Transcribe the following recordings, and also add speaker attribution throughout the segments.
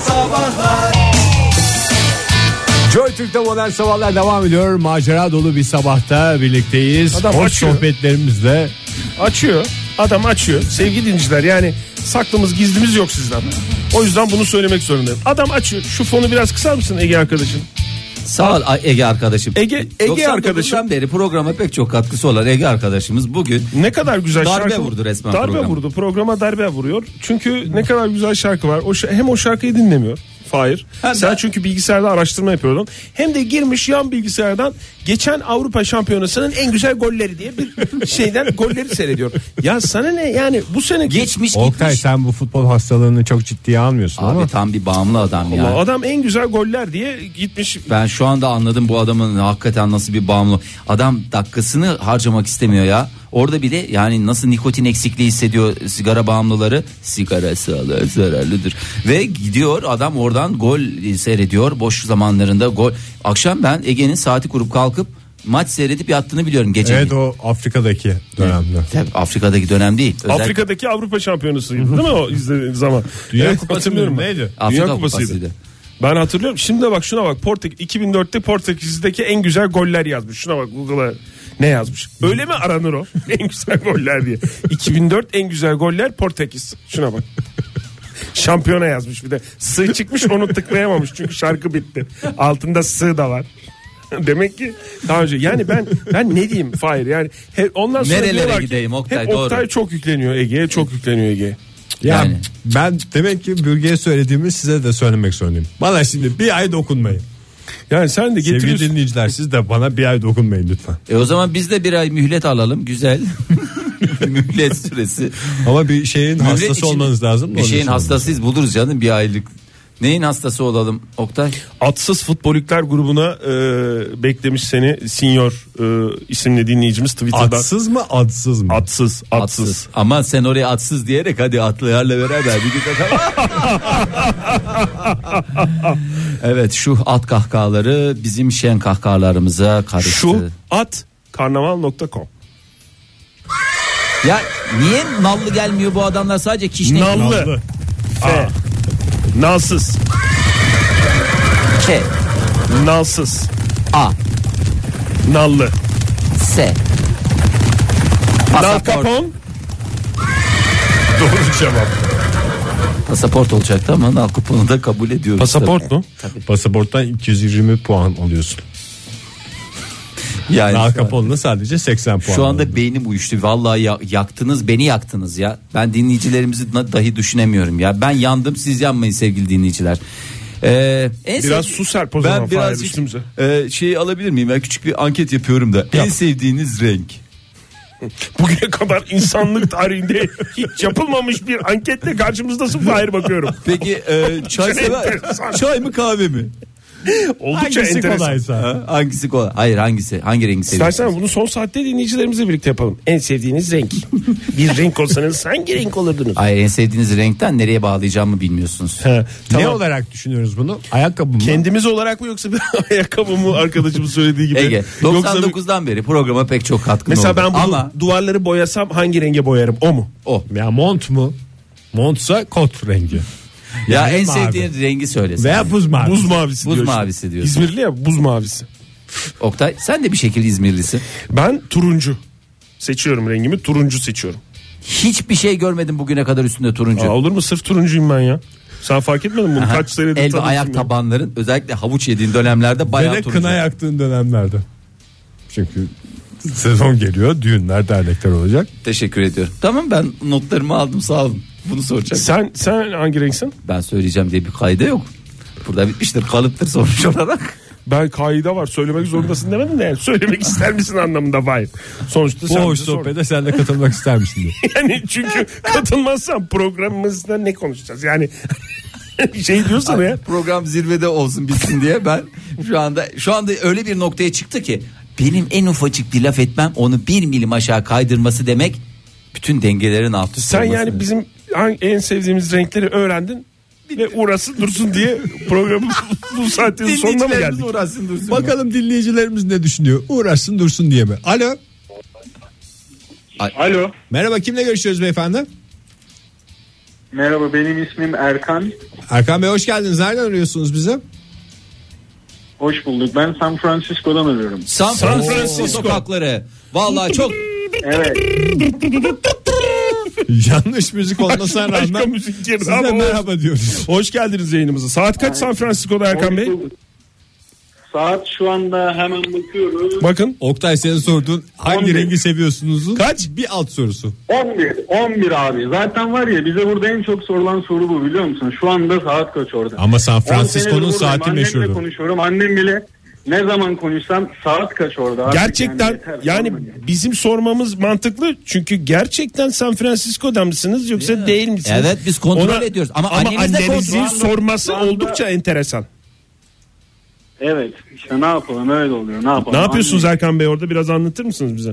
Speaker 1: Sabahlar
Speaker 2: Joy Türk'te modern sabahlar devam ediyor. Macera dolu bir sabahta birlikteyiz.
Speaker 3: Adam
Speaker 2: Hoş
Speaker 3: açıyor.
Speaker 2: sohbetlerimizle.
Speaker 3: Açıyor. Adam açıyor. Sevgili dinleyiciler yani saklımız gizlimiz yok sizden. O yüzden bunu söylemek zorundayım. Adam açıyor. Şu fonu biraz kısar mısın Ege arkadaşım?
Speaker 4: Sağ ol Ege arkadaşım.
Speaker 3: Ege- Ege
Speaker 4: 99'dan
Speaker 3: arkadaşım.
Speaker 4: beri programa pek çok katkısı olan Ege arkadaşımız bugün
Speaker 3: Ne kadar güzel
Speaker 4: Darbe
Speaker 3: şarkı.
Speaker 4: vurdu resmen
Speaker 3: Darbe
Speaker 4: programa.
Speaker 3: vurdu. Programa darbe vuruyor. Çünkü ne kadar güzel şarkı var. O şa- hem o şarkıyı dinlemiyor. Fahir.
Speaker 4: Hem
Speaker 3: Sen
Speaker 4: de-
Speaker 3: çünkü bilgisayarda araştırma yapıyordun. Hem de girmiş yan bilgisayardan geçen Avrupa Şampiyonası'nın en güzel golleri diye bir şeyden golleri seyrediyor. Ya sana ne yani bu sene
Speaker 4: geçmiş
Speaker 2: Oktay
Speaker 4: gitmiş.
Speaker 2: sen bu futbol hastalığını çok ciddiye almıyorsun ama.
Speaker 4: Abi tam bir bağımlı adam ya.
Speaker 3: Allah, adam en güzel goller diye gitmiş
Speaker 4: Ben şu anda anladım bu adamın hakikaten nasıl bir bağımlı. Adam dakikasını harcamak istemiyor ya. Orada bile yani nasıl nikotin eksikliği hissediyor sigara bağımlıları. Sigara sağlığa zararlıdır. Ve gidiyor adam oradan gol e, seyrediyor. Boş zamanlarında gol. Akşam ben Ege'nin saati kurup kalkıp maç seyredip yattığını biliyorum gece.
Speaker 2: Evet o Afrika'daki dönemde.
Speaker 4: Tabii Afrika'daki dönem değil. Özellikle
Speaker 3: Afrika'daki Avrupa Şampiyonası değil mi o izlediğin zaman?
Speaker 2: Dünya
Speaker 3: Evet,
Speaker 2: Kupası
Speaker 3: hatırlıyorum
Speaker 2: mıydı,
Speaker 3: ben.
Speaker 2: neydi?
Speaker 3: Dünya
Speaker 4: Afrika
Speaker 3: Kupası'ydı.
Speaker 4: Kupası'ydı.
Speaker 3: Ben hatırlıyorum. Şimdi de bak şuna bak. Portek 2004'te Portekiz'deki en güzel goller yazmış. Şuna bak Google'a ne yazmış? Öyle mi aranır o? en güzel goller diye. 2004 en güzel goller Portekiz. Şuna bak. Şampiyona yazmış bir de. Sığ çıkmış onu tıklayamamış çünkü şarkı bitti. Altında sığ da var. Demek ki daha önce yani ben ben ne diyeyim Fahir yani he, ondan sonra
Speaker 4: Nerelere
Speaker 3: diyorlar ki,
Speaker 4: gideyim Oktay,
Speaker 3: hep
Speaker 4: doğru.
Speaker 3: Oktay çok yükleniyor Ege'ye çok yükleniyor Ege'ye.
Speaker 2: Ya
Speaker 4: Yani.
Speaker 2: ben demek ki bölgeye söylediğimi size de söylemek zorundayım. Bana şimdi bir ay dokunmayın.
Speaker 3: Yani sen de
Speaker 2: Sevgili
Speaker 3: getiriyorsun.
Speaker 2: dinleyiciler siz de bana bir ay dokunmayın lütfen.
Speaker 4: E o zaman biz de bir ay mühlet alalım güzel. mühlet süresi.
Speaker 2: Ama bir şeyin
Speaker 4: Mühlet
Speaker 2: hastası
Speaker 4: için
Speaker 2: olmanız lazım. da
Speaker 4: Bir
Speaker 2: onun
Speaker 4: şeyin
Speaker 2: için olmanız.
Speaker 4: hastasıyız buluruz canım bir aylık. Neyin hastası olalım Oktay?
Speaker 3: Atsız Futbolikler grubuna e, beklemiş seni Senior e, isimli dinleyicimiz Twitter'da.
Speaker 2: Atsız mı adsız mı?
Speaker 3: Atsız, atsız.
Speaker 4: Atsız. Ama sen oraya atsız diyerek hadi atlılarla beraber bir git bakalım. evet şu at kahkahaları bizim şen kahkahalarımıza karıştı.
Speaker 3: Şu at karnaval.com.
Speaker 4: Ya niye nallı gelmiyor bu adamlar sadece kişne
Speaker 3: Nallı. F. Nalsız.
Speaker 4: K,
Speaker 3: Nalsız.
Speaker 4: A,
Speaker 3: Nallı.
Speaker 4: S.
Speaker 3: Nal
Speaker 4: Pasaport,
Speaker 3: kapon. Doğru cevap.
Speaker 4: pasaport olacaktı ama nal kuponu da kabul ediyoruz.
Speaker 3: Pasaport mu?
Speaker 2: Pasaporttan 220 puan alıyorsun.
Speaker 4: tabii. Yani
Speaker 2: Al Capone'la sadece 80 puan.
Speaker 4: Şu
Speaker 2: aldım.
Speaker 4: anda beynim uyuştu. Vallahi ya- yaktınız beni yaktınız ya. Ben dinleyicilerimizi na- dahi düşünemiyorum ya. Ben yandım siz yanmayın sevgili dinleyiciler. Ee, en
Speaker 3: Biraz
Speaker 4: sevdi-
Speaker 3: su serp o zaman
Speaker 4: Ben
Speaker 3: Fahir
Speaker 4: biraz
Speaker 3: üstümüze.
Speaker 4: e, şey alabilir miyim? Ben küçük bir anket yapıyorum da. En sevdiğiniz renk.
Speaker 3: Bugüne kadar insanlık tarihinde hiç yapılmamış bir anketle karşımızdasın Fahir bakıyorum.
Speaker 4: Peki e, çay sever,
Speaker 3: Enteresan.
Speaker 4: çay mı kahve mi?
Speaker 3: Oldukça
Speaker 2: Hangisi
Speaker 3: enteresan.
Speaker 2: kolaysa.
Speaker 4: Ha, Hangisi kolay? Hayır hangisi? Hangi rengi seviyorsun?
Speaker 3: İstersen bunu son saatte dinleyicilerimizle birlikte yapalım. En sevdiğiniz renk. bir renk olsanız hangi renk olurdunuz?
Speaker 4: Hayır en sevdiğiniz renkten nereye bağlayacağımı bilmiyorsunuz.
Speaker 3: Ha,
Speaker 2: Ne
Speaker 3: tamam.
Speaker 2: olarak düşünüyoruz bunu? Ayakkabı mı?
Speaker 3: Kendimiz olarak mı yoksa bir ayakkabı mı arkadaşımın söylediği gibi?
Speaker 4: Ege
Speaker 3: Yoksa bir-
Speaker 4: 99'dan beri programa pek çok katkın
Speaker 3: mesela
Speaker 4: oldu.
Speaker 3: ben bunu
Speaker 4: Ama
Speaker 3: duvarları boyasam hangi renge boyarım o mu?
Speaker 4: o.
Speaker 2: Ya mont mu? Montsa kot rengi.
Speaker 4: Ya en
Speaker 2: mavi.
Speaker 4: sevdiğiniz rengi söylesin.
Speaker 2: Veya buz mavi.
Speaker 3: Buz mavisi
Speaker 4: Buz
Speaker 3: diyor şimdi.
Speaker 4: mavisi diyorsun.
Speaker 3: İzmirli ya buz mavisi.
Speaker 4: Oktay sen de bir şekilde İzmirlisin.
Speaker 3: Ben turuncu seçiyorum rengimi turuncu seçiyorum.
Speaker 4: Hiçbir şey görmedim bugüne kadar üstünde turuncu.
Speaker 3: Aa, olur mu sırf turuncuyum ben ya. Sen fark etmedin mi? bunu? Kaç senedir
Speaker 4: El ve
Speaker 3: tanıyorsun
Speaker 4: ayak
Speaker 3: beni.
Speaker 4: tabanların özellikle havuç yediğin dönemlerde
Speaker 2: Ve
Speaker 4: bayağı
Speaker 2: de
Speaker 4: turuncu.
Speaker 2: kına yaktığın dönemlerde. Çünkü sezon geliyor. Düğünler, dernekler olacak.
Speaker 4: Teşekkür ediyorum. Tamam ben notlarımı aldım sağ olun. Bunu soracak.
Speaker 3: Sen, sen hangi renksin?
Speaker 4: Ben söyleyeceğim diye bir kaydı yok. Burada bitmiştir kalıptır sonuç olarak.
Speaker 3: Ben kaide var söylemek zorundasın demedim de yani söylemek ister misin anlamında Fahir. Sonuçta
Speaker 2: Bu
Speaker 3: sen
Speaker 2: hoş
Speaker 3: bize sordun.
Speaker 2: sohbete sen de katılmak ister misin? diye.
Speaker 3: Yani çünkü katılmazsan programımızda ne konuşacağız? Yani şey diyorsan ya.
Speaker 4: Program zirvede olsun bitsin diye ben şu anda şu anda öyle bir noktaya çıktı ki benim en ufacık bir laf etmem onu bir milim aşağı kaydırması demek bütün dengelerin alt üst
Speaker 3: Sen
Speaker 4: olması
Speaker 3: yani
Speaker 4: demek.
Speaker 3: bizim hang- en sevdiğimiz renkleri öğrendin. Ve uğrasın dursun diye programın bu saatin sonuna mı
Speaker 4: Dinleyicilerimiz
Speaker 3: geldik?
Speaker 4: uğraşsın dursun.
Speaker 2: Bakalım dinleyicilerimiz ne düşünüyor? Uğraşsın dursun diye mi? Alo.
Speaker 5: Alo.
Speaker 2: Merhaba kimle görüşüyoruz beyefendi?
Speaker 1: Merhaba benim ismim Erkan.
Speaker 5: Erkan Bey hoş geldiniz. Nereden arıyorsunuz bize?
Speaker 1: Hoş bulduk. Ben San Francisco'dan arıyorum.
Speaker 4: San Francisco, sokakları. Vallahi çok
Speaker 1: Evet.
Speaker 5: Yanlış müzik olmasına
Speaker 3: Başka
Speaker 5: rağmen
Speaker 3: müzik girdi
Speaker 5: size
Speaker 3: ama olsun.
Speaker 5: merhaba diyoruz.
Speaker 3: Hoş geldiniz yayınımıza. Saat kaç San Francisco'da Erkan Bey?
Speaker 1: Saat şu anda hemen bakıyoruz.
Speaker 3: Bakın.
Speaker 5: Oktay senin sorduğun hangi
Speaker 1: 11.
Speaker 5: rengi seviyorsunuz?
Speaker 3: Kaç?
Speaker 5: Bir alt sorusu.
Speaker 1: 11. 11 abi. Zaten var ya bize burada en çok sorulan soru bu biliyor musun? Şu anda saat kaç orada?
Speaker 5: Ama San
Speaker 1: On
Speaker 5: Francisco'nun
Speaker 1: senedir buradayım.
Speaker 5: saati
Speaker 1: Annemle
Speaker 5: meşhurdu.
Speaker 1: konuşuyorum. Annem bile ne zaman konuşsam saat kaç orada? Artık
Speaker 3: Gerçekten
Speaker 1: yeter,
Speaker 3: yani
Speaker 1: sorma ya.
Speaker 3: bizim sormamız mantıklı çünkü gerçekten San Francisco'da mısınız yoksa değil misiniz?
Speaker 4: Evet, biz kontrol ediyoruz. Ama anneniz de
Speaker 3: annenizin
Speaker 4: kontrol-
Speaker 3: sorması
Speaker 1: Şu anda-
Speaker 3: oldukça enteresan.
Speaker 1: Evet. işte ne yapalım öyle oluyor. Ne yapalım?
Speaker 3: Ne yapıyorsunuz
Speaker 1: Annem-
Speaker 3: Erkan Bey orada biraz anlatır mısınız bize?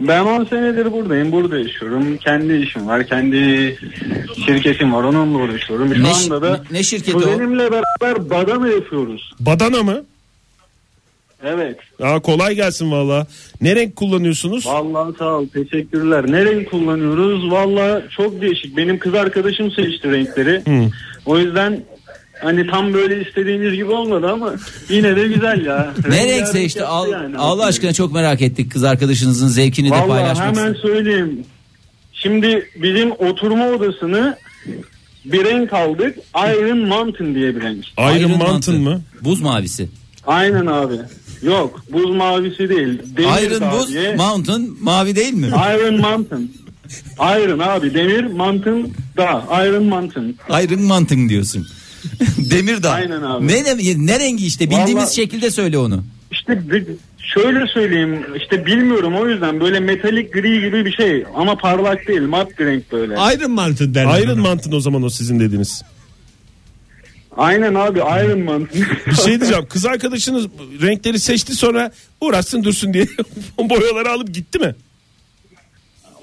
Speaker 1: Ben 10 senedir buradayım. Burada yaşıyorum. Kendi işim var. Kendi şirketim var. Onunla uğraşıyorum. Şu
Speaker 4: Ne şi-
Speaker 1: anda da
Speaker 4: ne- ne şirketi o?
Speaker 1: kuzenimle beraber badana yapıyoruz.
Speaker 3: Badana mı?
Speaker 1: Evet.
Speaker 3: Aa, kolay gelsin valla. Ne renk kullanıyorsunuz?
Speaker 1: Vallahi sağ ol. Teşekkürler. Ne renk kullanıyoruz? Vallahi çok değişik. Benim kız arkadaşım seçti renkleri. O yüzden hani tam böyle istediğiniz gibi olmadı ama yine de güzel ya.
Speaker 4: ne
Speaker 1: Rengarenk
Speaker 4: renkse işte
Speaker 1: yaptı
Speaker 4: al,
Speaker 1: yani.
Speaker 4: Allah aşkına çok merak ettik kız arkadaşınızın zevkini de
Speaker 1: Vallahi
Speaker 4: paylaşmak
Speaker 1: hemen
Speaker 4: istedim.
Speaker 1: söyleyeyim. Şimdi bizim oturma odasını bir renk aldık. Iron Mountain diye bir renk.
Speaker 3: Iron, Mountain,
Speaker 4: Mountain.
Speaker 3: mı?
Speaker 4: Buz mavisi.
Speaker 1: Aynen abi. Yok buz mavisi değil. Demir
Speaker 4: Iron buz
Speaker 1: abi.
Speaker 4: mountain mavi değil mi?
Speaker 1: Iron Mountain. Iron abi demir mountain da Iron Mountain.
Speaker 4: Iron mountain diyorsun. Demir dağ.
Speaker 1: Aynen abi.
Speaker 4: Ne, ne, ne rengi işte bildiğimiz
Speaker 1: Vallahi-
Speaker 4: şekilde söyle onu.
Speaker 1: İşte bi- şöyle söyleyeyim işte bilmiyorum o yüzden böyle metalik gri gibi bir şey ama parlak değil mat bir renk böyle.
Speaker 5: Iron Mountain derler.
Speaker 3: Iron Mountain o zaman o sizin dediğiniz.
Speaker 1: Aynen abi Iron Mountain.
Speaker 3: Bir şey diyeceğim. Kız arkadaşınız renkleri seçti sonra uğraşsın dursun diye boyaları alıp gitti mi?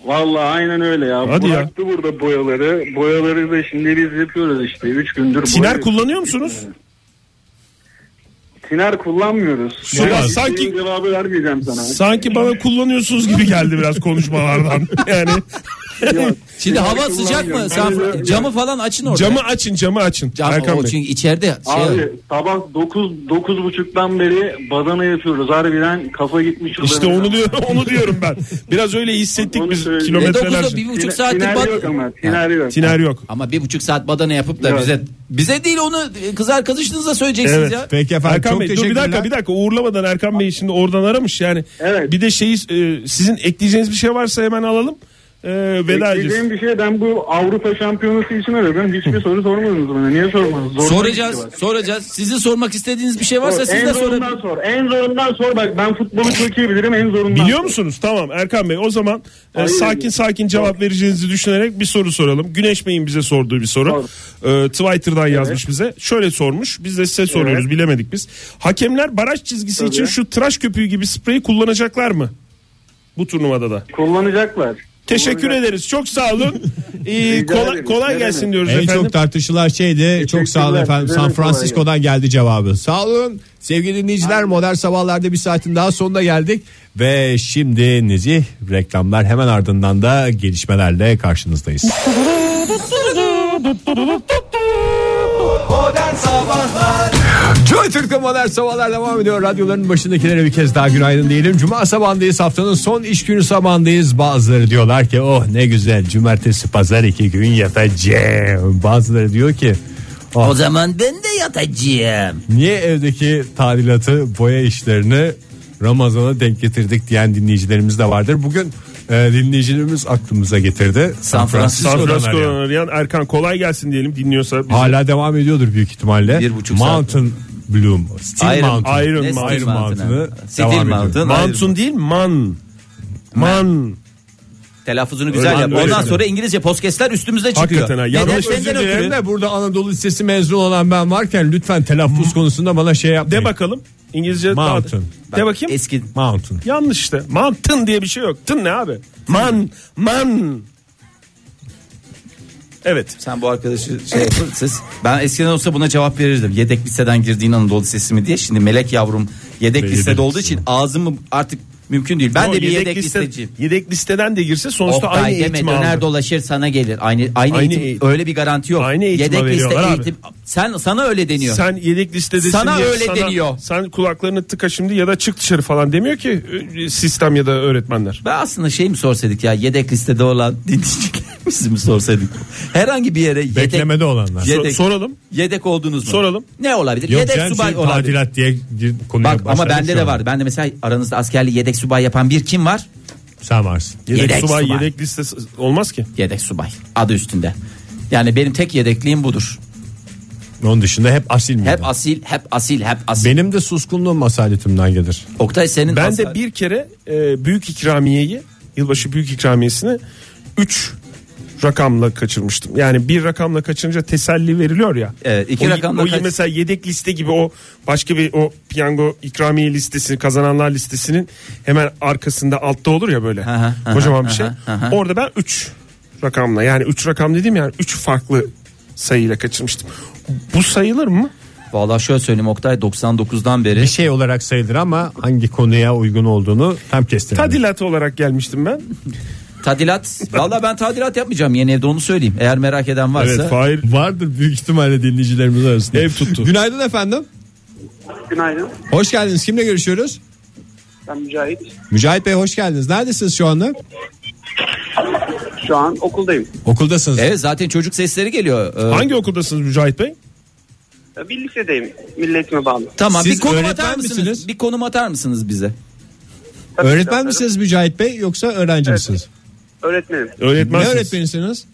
Speaker 1: Vallahi aynen öyle ya.
Speaker 3: Hadi ya.
Speaker 1: Bıraktı burada boyaları. Boyaları da şimdi biz yapıyoruz işte 3 gündür.
Speaker 3: Tiner
Speaker 1: boyuyoruz.
Speaker 3: kullanıyor
Speaker 1: Ee,
Speaker 3: musunuz?
Speaker 1: Tiner kullanmıyoruz.
Speaker 3: Süper.
Speaker 1: Yani
Speaker 3: Sanki-
Speaker 1: istediğin cevabı vermeyeceğim sana.
Speaker 3: Sanki bana kullanıyorsunuz gibi geldi biraz konuşmalardan. Yani
Speaker 1: Yok.
Speaker 4: Şimdi
Speaker 1: Tiner
Speaker 4: hava sıcak mı?
Speaker 1: kullanmıyorum.
Speaker 4: Sen-
Speaker 1: Ben de-
Speaker 4: camı falan açın orada.
Speaker 3: camı açın camı açın.
Speaker 4: Cam-
Speaker 3: Erkan
Speaker 4: o
Speaker 3: Bey.
Speaker 4: çünkü içeride şey
Speaker 1: Abi sabah 9 dokuz buçuktan beri badana yapıyoruz. Harbiden kafa gitmiş.
Speaker 3: İşte onu diyorum, onu diyorum ben. Biraz öyle hissettik
Speaker 1: Onu
Speaker 3: biz
Speaker 1: söyle.
Speaker 4: E
Speaker 3: kilometreler.
Speaker 4: dokuzda bir buçuk saattir
Speaker 1: Tiner
Speaker 4: bad-
Speaker 1: yok ama. Tiner yok.
Speaker 3: Tiner yok.
Speaker 4: Ama bir buçuk saat badana yapıp da
Speaker 1: Yok.
Speaker 4: bize bize değil onu kız arkadaşınıza söyleyeceksiniz
Speaker 3: Evet.
Speaker 4: ya.
Speaker 5: Peki efendim
Speaker 3: Erkan
Speaker 5: çok
Speaker 3: Bey dur
Speaker 5: teşekkürler.
Speaker 3: bir dakika bir dakika uğurlamadan Erkan Bey şimdi oradan aramış yani.
Speaker 1: Evet.
Speaker 3: Bir de şeyi e, sizin ekleyeceğiniz bir şey varsa hemen alalım. E, veda edeceğiz.
Speaker 1: Ekleyeceğim bir şey ben bu Avrupa şampiyonası için arıyorum. Hiçbir soru sormadınız bana. Niye sormadınız? şey Zoruna
Speaker 4: Soracağız,
Speaker 1: gitti bak.
Speaker 4: soracağız. Sizin sormak istediğiniz bir şey varsa siz
Speaker 1: en
Speaker 4: de sorun.
Speaker 1: zorundan sor. En zorundan sor. Bak ben futbolu çok iyi bilirim. En zorundan
Speaker 3: Biliyor
Speaker 1: sor.
Speaker 3: musunuz? Tamam Erkan Bey o zaman e,
Speaker 1: Hayır.
Speaker 3: sakin sakin cevap vereceğinizi düşünerek bir soru soralım. Güneş Bey'in bize sorduğu bir soru. E, Twitter'dan yazmış bize. Şöyle sormuş. Biz de size soruyoruz bilemedik biz. Hakemler baraj çizgisi için şu tıraş köpüğü gibi spreyi kullanacaklar mı? Bu turnuvada da.
Speaker 1: Kullanacaklar.
Speaker 3: Teşekkür
Speaker 1: Kullanacak-
Speaker 3: ederiz. Çok sağ olun. Ee,
Speaker 1: Rica
Speaker 3: kolay,
Speaker 1: ederim.
Speaker 3: kolay
Speaker 1: Ne
Speaker 3: gelsin
Speaker 1: demek.
Speaker 3: diyoruz
Speaker 5: En
Speaker 3: efendim.
Speaker 5: çok tartışılan şey de çok sağ olun
Speaker 1: Teşekkürler.
Speaker 5: efendim.
Speaker 1: Güzel
Speaker 5: San
Speaker 1: bir kolay
Speaker 5: Francisco'dan geldi cevabı. Sağ olun sevgili dinleyiciler modern sabahlarda bir saatin daha sonuna geldik. Ve şimdi nezih reklamlar hemen ardından da gelişmelerle karşınızdayız. Joy Türk'te modern sabahlar devam ediyor. Radyoların başındakilere bir kez daha günaydın diyelim. Cuma sabahındayız. Haftanın son iş günü sabahındayız. Bazıları diyorlar ki oh ne güzel cumartesi pazar iki gün yatacağım. Bazıları diyor ki "Ah,
Speaker 4: O zaman ben de yatacağım.
Speaker 5: niye evdeki tadilatı boya işlerini Ramazan'a denk getirdik diyen dinleyicilerimiz de vardır. Bugün e, dinleyicilerimiz aklımıza getirdi.
Speaker 4: San Francisco.
Speaker 3: San
Speaker 5: Francisco'dan
Speaker 3: Francisco'dan
Speaker 5: arayan.
Speaker 3: arayan Erkan kolay gelsin diyelim dinliyorsa. bizi.
Speaker 5: Hala devam ediyordur büyük ihtimalle.
Speaker 4: Bir buçuk saat.
Speaker 5: Mountain Bloom. Steel
Speaker 4: Iron-
Speaker 5: Mountain.
Speaker 3: Iron
Speaker 4: Ne
Speaker 3: Mountain.
Speaker 4: Steel
Speaker 5: Iron
Speaker 4: Mountain'ı?
Speaker 5: Mountain'ı
Speaker 4: Steel
Speaker 5: devam ediyor.
Speaker 4: Mountain.
Speaker 3: Mountain değil man. Man.
Speaker 4: Telaffuzunu güzel
Speaker 3: Öyle
Speaker 4: yap.
Speaker 3: mi? Öyle
Speaker 4: Ondan
Speaker 3: mi?
Speaker 4: sonra İngilizce podcastler üstümüze çıkıyor.
Speaker 3: Hakikaten ha, yanlış
Speaker 4: Neden?
Speaker 3: özür
Speaker 4: Benden
Speaker 3: dilerim.
Speaker 4: ötürü.
Speaker 5: Hem de burada Anadolu Lisesi mezunu olan ben varken lütfen telaffuz konusunda bana şey yapmayın.
Speaker 3: De bakalım. İngilizce
Speaker 5: Mountain.
Speaker 3: De bakayım.
Speaker 4: Eski
Speaker 5: Mountain.
Speaker 3: Yanlış işte. Mountain diye bir şey yok. Tın ne abi? Man. Man. Evet.
Speaker 4: sen bu arkadaşı şey yapın siz. Ben eskiden olsa buna cevap verirdim. Yedek liseden girdiğin Anadolu Lisesi mi diye. Şimdi Melek yavrum yedek lisede
Speaker 5: yedek
Speaker 4: olduğu için ağzımı artık Mümkün değil. Ben
Speaker 3: Yo,
Speaker 4: de bir yedek, listeciyim.
Speaker 3: Yedek listeden de girse sonuçta aynı
Speaker 4: Oktay deme
Speaker 3: eğitimi
Speaker 4: döner
Speaker 3: aldı.
Speaker 4: dolaşır sana gelir. Aynı aynı,
Speaker 3: Aynı
Speaker 4: eğitim,
Speaker 3: eğitim.
Speaker 4: öyle bir garanti yok.
Speaker 3: Aynı eğitimi
Speaker 4: yedek liste
Speaker 3: veriyorlar abi.
Speaker 4: eğitim. Sen sana öyle deniyor.
Speaker 3: Sen yedek listedesin
Speaker 4: Sana
Speaker 3: diye
Speaker 4: öyle deniyor.
Speaker 3: Sen kulaklarını tıka şimdi ya da çık dışarı falan demiyor ki e, sistem ya da öğretmenler.
Speaker 4: Ben aslında şey mi sorsaydık ya yedek listede olan dinleyicilerimizi mi sorsaydık? Herhangi bir yere yedek,
Speaker 5: Beklemede olanlar.
Speaker 3: Sor-
Speaker 4: yedek,
Speaker 3: soralım.
Speaker 4: yedek oldunuz mu?
Speaker 3: Soralım.
Speaker 4: Ne olabilir?
Speaker 5: Yok
Speaker 4: yedek
Speaker 5: canım,
Speaker 4: subay
Speaker 5: şey,
Speaker 4: olabilir.
Speaker 5: tadilat diye gir- konuya
Speaker 4: Bak ama
Speaker 5: başladık
Speaker 4: bende
Speaker 5: şu
Speaker 4: de
Speaker 5: an.
Speaker 4: var. Ben de mesela aranızda askerli yedek subay yapan bir kim var?
Speaker 5: Sen varsın.
Speaker 3: Yedek,
Speaker 4: Yedek
Speaker 3: subay,
Speaker 4: subay.
Speaker 3: yedek listesi olmaz ki.
Speaker 4: Yedek subay adı üstünde. Yani benim tek yedekliğim budur.
Speaker 5: Onun dışında hep asil miydi?
Speaker 4: Hep asil, hep asil, hep asil.
Speaker 5: Benim de suskunluğum asaletimden gelir.
Speaker 4: Oktay senin
Speaker 3: Ben
Speaker 4: asil-
Speaker 3: de bir kere e, büyük ikramiyeyi, yılbaşı büyük ikramiyesini 3 rakamla kaçırmıştım. Yani bir rakamla kaçırınca teselli veriliyor ya.
Speaker 4: Evet, iki
Speaker 3: o,
Speaker 4: rakamla
Speaker 3: o
Speaker 4: kaç-
Speaker 3: mesela yedek liste gibi o başka bir o piyango ikramiye listesini kazananlar listesinin hemen arkasında altta olur ya böyle.
Speaker 4: Aha, aha,
Speaker 3: kocaman bir
Speaker 4: aha,
Speaker 3: şey.
Speaker 4: aha.
Speaker 3: Orada ben 3 rakamla yani 3 rakam dediğim yani 3 farklı sayıyla kaçırmıştım. Bu sayılır mı?
Speaker 4: Vallahi şöyle söyleyeyim Oktay 99'dan beri.
Speaker 5: Bir şey olarak sayılır ama hangi konuya uygun olduğunu tam kestiremedim.
Speaker 3: Tadilat olarak gelmiştim ben.
Speaker 4: Tadilat. Vallahi ben tadilat yapmayacağım yeni evde onu söyleyeyim. Eğer merak eden varsa.
Speaker 5: Evet, Fahir vardır büyük ihtimalle dinleyicilerimiz arasında. Ev tuttu. Günaydın efendim.
Speaker 6: Günaydın.
Speaker 5: Hoş geldiniz. Kimle görüşüyoruz?
Speaker 6: Ben Mücahit.
Speaker 5: Mücahit Bey hoş geldiniz. Neredesiniz şu anda?
Speaker 6: Şu an okuldayım.
Speaker 5: Okuldasınız.
Speaker 4: Evet zaten çocuk sesleri geliyor. Ee,
Speaker 3: Hangi okuldasınız Mücahit Bey?
Speaker 6: Bir lisedeyim. Milletime bağlı.
Speaker 4: Tamam
Speaker 5: Siz
Speaker 4: bir konum
Speaker 5: öğretmen
Speaker 4: atar mısınız?
Speaker 5: misiniz?
Speaker 4: Bir konum atar mısınız bize?
Speaker 6: Tabii ki
Speaker 5: Öğretmen
Speaker 6: öğretmenim.
Speaker 5: misiniz Mücahit Bey yoksa öğrenci misiniz?
Speaker 6: Öğretmenim.
Speaker 5: Ne
Speaker 3: Öğretmensiniz.
Speaker 5: öğretmenisiniz?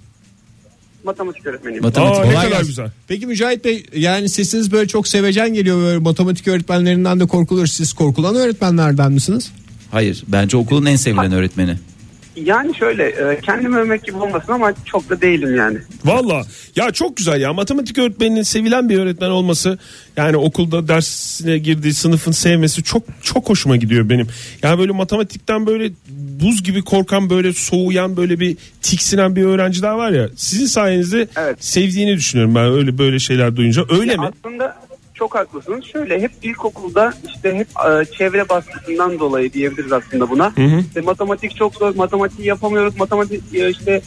Speaker 6: Matematik öğretmeniyim.
Speaker 4: Matematik.
Speaker 3: Aa, ne
Speaker 5: Kolay
Speaker 3: kadar
Speaker 5: gelsin.
Speaker 3: güzel.
Speaker 5: Peki Mücahit Bey yani sesiniz böyle çok sevecen geliyor. Böyle matematik öğretmenlerinden de korkulur. Siz korkulan öğretmenlerden misiniz?
Speaker 4: Hayır bence okulun en sevilen öğretmeni.
Speaker 6: Yani şöyle e, kendimi övmek gibi olmasın ama çok da değilim yani.
Speaker 3: Valla ya çok güzel ya matematik öğretmeninin sevilen bir öğretmen olması yani okulda dersine girdiği sınıfın sevmesi çok çok hoşuma gidiyor benim. Yani böyle matematikten böyle buz gibi korkan böyle soğuyan böyle bir tiksinen bir öğrenciler var ya sizin sayenizde
Speaker 6: Evet.
Speaker 3: sevdiğini düşünüyorum ben öyle böyle şeyler duyunca öyle mi?
Speaker 6: Aslında çok haklısınız. Şöyle hep ilkokulda işte hep e, çevre baskısından dolayı diyebiliriz aslında buna. İşte matematik çok zor, matematiği yapamıyoruz, matematik e, işte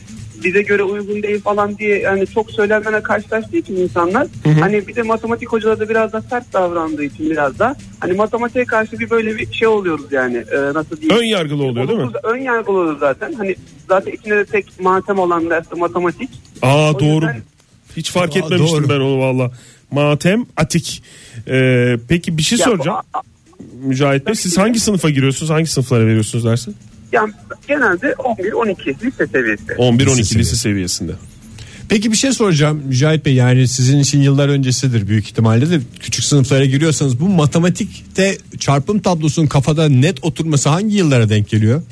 Speaker 6: bize göre uygun değil falan diye yani çok söylenmene karşılaştığı için insanlar hani bir de matematik hocaları da biraz da sert davrandığı için biraz da hani matematiğe karşı bir böyle bir şey oluyoruz yani e, nasıl diyeyim
Speaker 3: Ön yargılı oluyor değil mi?
Speaker 6: Olumsuz, Ön yargılı oluyor zaten. Hani zaten içinde de tek matem olan ders de matematik.
Speaker 3: Aa
Speaker 6: O
Speaker 3: doğru.
Speaker 6: yüzden-
Speaker 3: Hiç fark
Speaker 5: Aa,
Speaker 3: etmemiştim
Speaker 5: doğru.
Speaker 3: ben onu valla. Matem Atik. Ee, peki bir şey
Speaker 6: Ya bu-
Speaker 3: soracağım. Mücahit Bey siz hangi sınıfa giriyorsunuz? Hangi sınıflara veriyorsunuz dersi?
Speaker 6: Yani genelde 11-12 lise seviyesi.
Speaker 3: 11 12
Speaker 5: Lise
Speaker 3: lise seviyesinde.
Speaker 5: Peki bir şey soracağım Mücahit Bey yani sizin için yıllar öncesidir büyük ihtimalle de küçük sınıflara giriyorsanız bu matematikte çarpım tablosunun kafada net oturması hangi yıllara denk geliyor?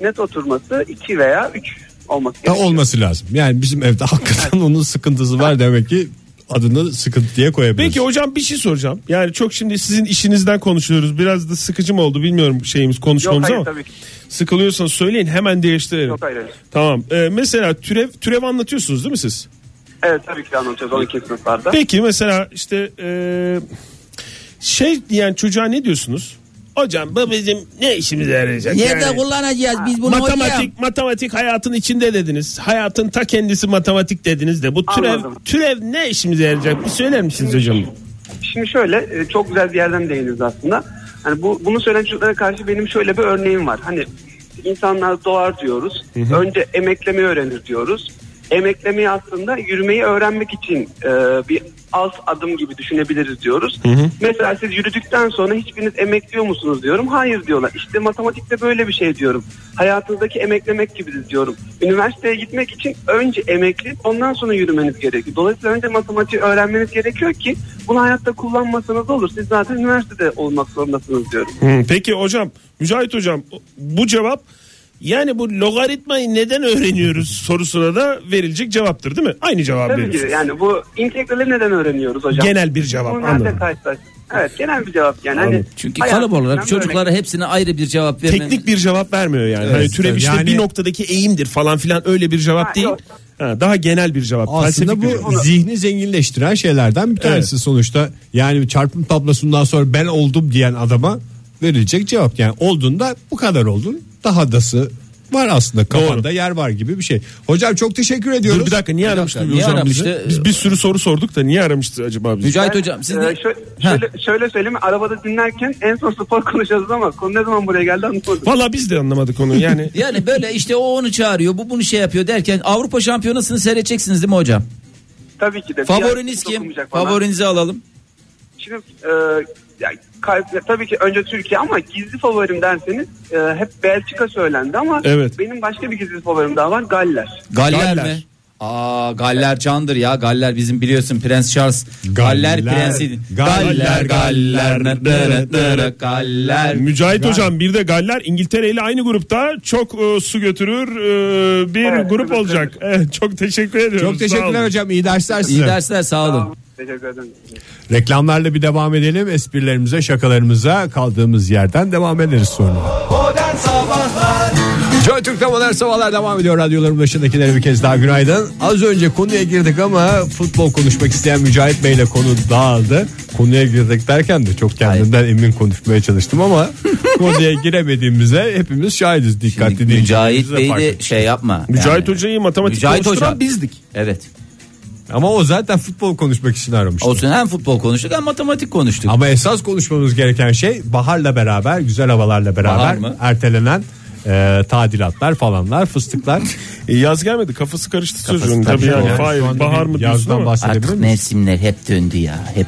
Speaker 6: Net oturması 2 veya 3 olması
Speaker 5: Ha,
Speaker 6: gerekiyor.
Speaker 5: olması lazım. Yani bizim evde hakikaten onun sıkıntısı var demek ki adını sıkıntı diye koyabiliriz.
Speaker 3: Peki hocam bir şey soracağım. Yani çok şimdi sizin işinizden konuşuyoruz. Biraz da sıkıcı mı oldu bilmiyorum şeyimiz
Speaker 6: Yok
Speaker 3: konuşmamız
Speaker 6: hayır
Speaker 3: ama.
Speaker 6: tabii ki.
Speaker 3: Sıkılıyorsanız söyleyin hemen değiştirelim.
Speaker 6: Yok hayır. hayır.
Speaker 3: Tamam. Ee, mesela türev türev anlatıyorsunuz değil mi siz?
Speaker 6: Evet tabii ki anlatacağız 12 sınıflarda.
Speaker 3: Peki mesela işte e, şey diyen çocuğa ne diyorsunuz? Hocam bu bizim ne işimize yarayacak? Yani
Speaker 4: kullanacağız biz
Speaker 3: matematik matematik hayatın içinde dediniz. Hayatın ta kendisi matematik dediniz de bu türev
Speaker 6: Anladım.
Speaker 3: türev ne işimize yarayacak? Bir söyler misiniz hocam?
Speaker 6: Şimdi şöyle e, çok güzel bir yerden değiniz aslında. Hani bu bunu söyleyen çocuklara karşı benim şöyle bir örneğim var. Hani insanlar doğar diyoruz. Önce emeklemeyi öğrenir diyoruz. Emeklemeyi aslında yürümeyi öğrenmek için e, bir alt adım gibi düşünebiliriz diyoruz. Mesela siz yürüdükten sonra hiçbiriniz emekliyor musunuz diyorum. Hayır diyorlar. İşte matematikte böyle bir şey diyorum. Hayatınızdaki emeklemek gibidir diyorum. Üniversiteye gitmek için önce emekli ondan sonra yürümeniz gerekiyor. Dolayısıyla önce matematiği öğrenmeniz gerekiyor ki bunu hayatta kullanmasanız olur. Siz zaten üniversitede olmak zorundasınız diyorum.
Speaker 3: Hı, Peki hocam, Mücahit hocam bu cevap yani bu logaritmayı neden öğreniyoruz sorusuna da verilecek cevaptır değil mi? Aynı cevap
Speaker 6: Tabii
Speaker 3: veriyoruz.
Speaker 6: ki yani bu integrali neden öğreniyoruz hocam?
Speaker 3: Genel bir cevap,
Speaker 6: Bunu
Speaker 3: anladım.
Speaker 6: nerede karşılaş- Evet genel bir cevap yani. Hani
Speaker 4: Çünkü
Speaker 6: hayatın
Speaker 4: kalıp olarak
Speaker 6: önemli örnek-
Speaker 4: çocuklara hepsine ayrı bir cevap vermemiz.
Speaker 3: Teknik bir cevap vermiyor yani.
Speaker 5: Evet,
Speaker 3: hani türev işte
Speaker 5: yani-
Speaker 3: bir noktadaki eğimdir falan filan öyle bir cevap
Speaker 6: Ha,
Speaker 3: değil.
Speaker 6: yok.
Speaker 3: Ha, daha genel bir cevap.
Speaker 5: Aslında
Speaker 3: felsefik bir cevap.
Speaker 5: bu zihni zenginleştiren şeylerden bir tanesi sonuçta. Yani çarpım tablosundan sonra ben oldum diyen adama verilecek cevap. Yani olduğunda bu kadar oldun. Daha dası var aslında kafanda yer var gibi bir şey. Hocam çok teşekkür ediyoruz.
Speaker 3: Dur bir dakika niye aramıştı
Speaker 4: niye
Speaker 3: hocam bizi?
Speaker 4: aramıştı?
Speaker 3: Biz bir sürü soru sorduk da niye aramıştı acaba bizi?
Speaker 4: Mücahit hocam siz
Speaker 6: Ee,
Speaker 4: ne?
Speaker 6: şö- şöyle, şöyle söyleyeyim arabada dinlerken en son spor konuşacağız ama konu ne zaman buraya geldi anlamadım.
Speaker 3: Valla biz de anlamadık onu yani.
Speaker 4: Yani böyle işte o onu çağırıyor bu bunu şey yapıyor derken Avrupa Şampiyonası'nı seyredeceksiniz değil mi hocam?
Speaker 6: Tabii ki de.
Speaker 4: Favoriniz
Speaker 6: Bir
Speaker 4: kim?
Speaker 6: dokunmayacak bana.
Speaker 4: Favorinizi alalım.
Speaker 6: Şimdi e, ya, kalp- ya, tabii ki önce Türkiye ama gizli favorim derseniz e, hep Belçika söylendi ama
Speaker 3: Evet.
Speaker 6: benim başka bir gizli favorim daha var Galler.
Speaker 4: Galler,
Speaker 3: Galler.
Speaker 4: mi? Aa Galler candır ya. Galler bizim biliyorsun Prens Charles. Galler,
Speaker 5: Galler.
Speaker 4: prensi.
Speaker 5: Galler,
Speaker 4: Galler galler nı- nı- nı- nı- galler.
Speaker 3: Mücahit hocam bir de Galler İngiltere ile aynı grupta çok e, su götürür e, bir
Speaker 6: Evet,
Speaker 3: grup
Speaker 6: evet,
Speaker 3: olacak. Evet, çok teşekkür ediyoruz.
Speaker 5: Çok
Speaker 3: Sağ olun.
Speaker 5: teşekkürler hocam. İyi dersler size.
Speaker 4: İyi dersler sağ olun.
Speaker 6: Teşekkür ederim.
Speaker 5: Reklamlarla bir devam edelim. Esprilerimize, şakalarımıza kaldığımız yerden devam ederiz sonra. Joy Türk'te modern sabahlar devam ediyor. Radyoların başındakilere bir kez daha günaydın. Az önce konuya girdik ama futbol konuşmak isteyen Mücahit Bey ile konu dağıldı. Konuya girdik derken de çok kendimden emin konuşmaya çalıştım ama konuya giremediğimize hepimiz şahidiz. Dikkatli
Speaker 4: Şimdi Mücahit
Speaker 5: dinleyicilerimiz de
Speaker 4: Bey
Speaker 5: fark
Speaker 4: de
Speaker 5: etmiş.
Speaker 4: şey yapma.
Speaker 3: Mücahit
Speaker 4: Yani,
Speaker 3: hocayı matematik
Speaker 4: Mücahit
Speaker 3: konuşturan
Speaker 4: hocam.
Speaker 3: bizdik.
Speaker 4: Evet.
Speaker 5: Ama o zaten futbol konuşmak için aramıştı.
Speaker 4: Olsun hem futbol konuştuk hem matematik konuştuk.
Speaker 5: Ama esas konuşmamız gereken şey baharla beraber, güzel havalarla
Speaker 4: Bahar
Speaker 5: beraber
Speaker 4: mı?
Speaker 5: ertelenen e, tadilatlar falanlar, fıstıklar.
Speaker 3: E, yaz gelmedi kafası karıştı
Speaker 4: Kafası
Speaker 3: çocuğun. Tabii
Speaker 4: karıştı.
Speaker 3: yani,
Speaker 4: Yani
Speaker 3: Fahir,
Speaker 5: şu anda
Speaker 3: bahar
Speaker 5: bir
Speaker 3: mı diyorsun
Speaker 5: yazdan
Speaker 3: ama.
Speaker 5: bahsedebilir
Speaker 4: Artık
Speaker 5: miyiz?
Speaker 4: mevsimler hep döndü ya hep.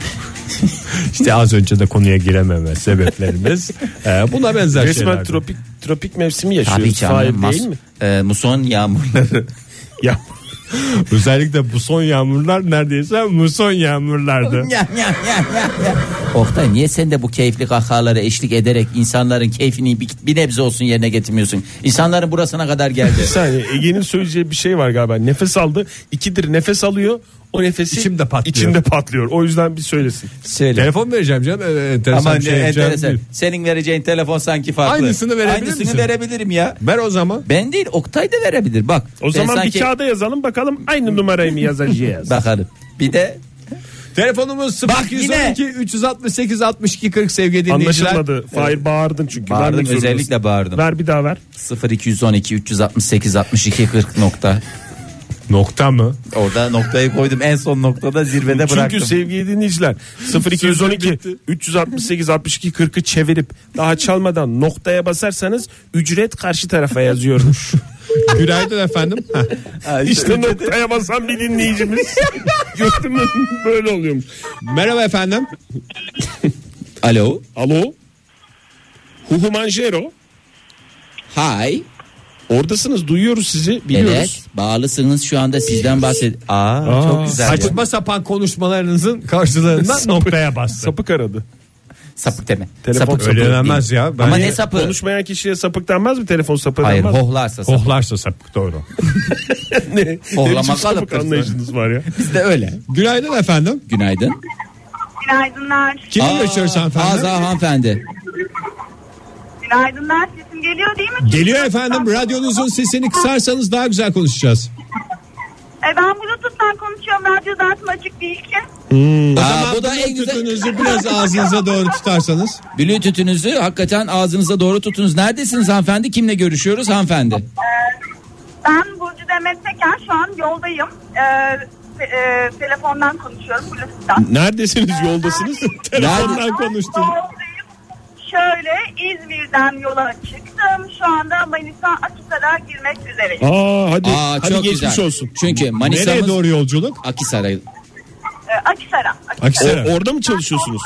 Speaker 5: İşte az önce de konuya girememe sebeplerimiz e, buna benzer
Speaker 3: Resmen
Speaker 5: şeyler.
Speaker 3: tropik tropik mevsimi
Speaker 4: Tabii
Speaker 3: yaşıyoruz.
Speaker 4: canım.
Speaker 3: Fahir
Speaker 4: mas-
Speaker 3: değil mi?
Speaker 4: e, muson yağmurları.
Speaker 3: Ya
Speaker 5: Özellikle bu son yağmurlar neredeyse muson yağmurlardı.
Speaker 4: Ya, ya, ya, ya, ya. Oktay niye sen de bu keyifli kahkahalara eşlik ederek insanların keyfini bir, bir nebze olsun yerine getirmiyorsun? İnsanların burasına kadar geldi.
Speaker 3: bir saniye Ege'nin söyleyeceği bir şey var galiba. Nefes aldı. İkidir nefes alıyor. O nefesi
Speaker 5: İçimde patlıyor.
Speaker 3: içinde patlıyor. O yüzden bir söylesin.
Speaker 4: Söyle.
Speaker 5: Telefon vereceğim canım. e, e, enteresan
Speaker 4: Aman
Speaker 5: bir
Speaker 4: ne
Speaker 5: şey yapacağım
Speaker 4: enteresan.
Speaker 5: değil.
Speaker 4: Senin vereceğin telefon sanki farklı.
Speaker 5: Aynısını verebilir
Speaker 4: Aynısını
Speaker 5: misin?
Speaker 4: verebilirim ya.
Speaker 5: Ver o zaman.
Speaker 4: Ben değil Oktay da verebilir bak.
Speaker 3: O
Speaker 4: ben
Speaker 3: zaman
Speaker 4: sanki-
Speaker 3: bir kağıda yazalım bakalım aynı numarayı mı yazacağız?
Speaker 4: Bakalım. Bir de
Speaker 5: Telefonumuz
Speaker 4: Bak yine.
Speaker 5: 0212 368 62 40 sevgili dinleyiciler.
Speaker 3: Anlaşılmadı. Fahir bağırdın çünkü.
Speaker 4: Bağırdım,
Speaker 3: Vermek zorundasın.
Speaker 4: özellikle bağırdım.
Speaker 3: Ver bir daha ver.
Speaker 4: 0212 368 62 40 nokta.
Speaker 5: Nokta mı?
Speaker 4: Orada noktayı koydum en son noktada zirvede bıraktım.
Speaker 3: Çünkü sevgili dinleyiciler 0212 368 62 40'ı çevirip daha çalmadan noktaya basarsanız ücret karşı tarafa yazıyormuş.
Speaker 5: Günaydın efendim. Heh.
Speaker 3: işte noktaya basan bir dinleyicimiz. Gördün mü? Böyle oluyormuş.
Speaker 5: Merhaba efendim.
Speaker 4: Alo.
Speaker 3: Alo. Huhu Manjero.
Speaker 4: Hi.
Speaker 3: Oradasınız duyuyoruz sizi biliyoruz.
Speaker 4: Evet. Bağlısınız şu anda sizden bahsed. Aa, çok güzel. ya.
Speaker 5: Saçma sapan konuşmalarınızın karşılığında noktaya bastı.
Speaker 3: Sapık aradı.
Speaker 4: Sapık deme.
Speaker 3: Telefon
Speaker 4: sapık
Speaker 5: öyle
Speaker 4: sapık
Speaker 5: denmez
Speaker 4: değil.
Speaker 5: ya. Ben-
Speaker 4: Ama ne sapı?
Speaker 3: Konuşmayan kişiye sapık denmez mi? Telefon sapığı
Speaker 4: Hayır
Speaker 3: denmez mi?
Speaker 4: hohlarsa sapık.
Speaker 5: Hohlarsa sapık doğru.
Speaker 3: ne? ne biçim
Speaker 4: Hohlamak
Speaker 3: sapık
Speaker 4: alıp-
Speaker 3: anlayışınız var ya.
Speaker 4: Bizde öyle.
Speaker 5: Günaydın efendim.
Speaker 4: Günaydın.
Speaker 7: Günaydınlar.
Speaker 5: Kimi
Speaker 4: Aa,
Speaker 5: görüşüyoruz hanımefendi?
Speaker 4: Hazal hanımefendi.
Speaker 7: Günaydınlar. Sesim geliyor değil mi?
Speaker 5: Geliyor efendim. Radyonuzun sesini kısarsanız daha güzel konuşacağız.
Speaker 7: E, ben Bluetooth'tan konuşuyorum. Radyo zaten açık değil ki.
Speaker 4: Aa, bu da en güzel.
Speaker 5: Tütünüzü biraz ağzınıza doğru tutarsanız.
Speaker 4: Bluetooth'unuzu hakikaten ağzınıza doğru tutunuz. Neredesiniz hanımefendi? Kimle görüşüyoruz hanımefendi?
Speaker 7: Ben Burcu Demet Peker. Şu an yoldayım. E, te- e, telefondan konuşuyorum. Bluetooth'tan.
Speaker 3: Neredesiniz yoldasınız?
Speaker 4: Nerede?
Speaker 3: Telefondan konuştum.
Speaker 7: Yoldayım. Şöyle İzmir'den yola çıktım. Şu anda Manisa Akisar'a girmek üzereyim.
Speaker 3: Aa hadi.
Speaker 4: Aa,
Speaker 3: hadi
Speaker 4: çok
Speaker 3: geçmiş
Speaker 4: güzel.
Speaker 3: olsun.
Speaker 4: Çünkü
Speaker 5: Nereye
Speaker 4: Manisa'mız
Speaker 5: doğru yolculuk?
Speaker 4: Akisar'a.
Speaker 7: E, Akisar'a.
Speaker 3: O-
Speaker 5: Akisar'a.
Speaker 3: orada mı çalışıyorsunuz?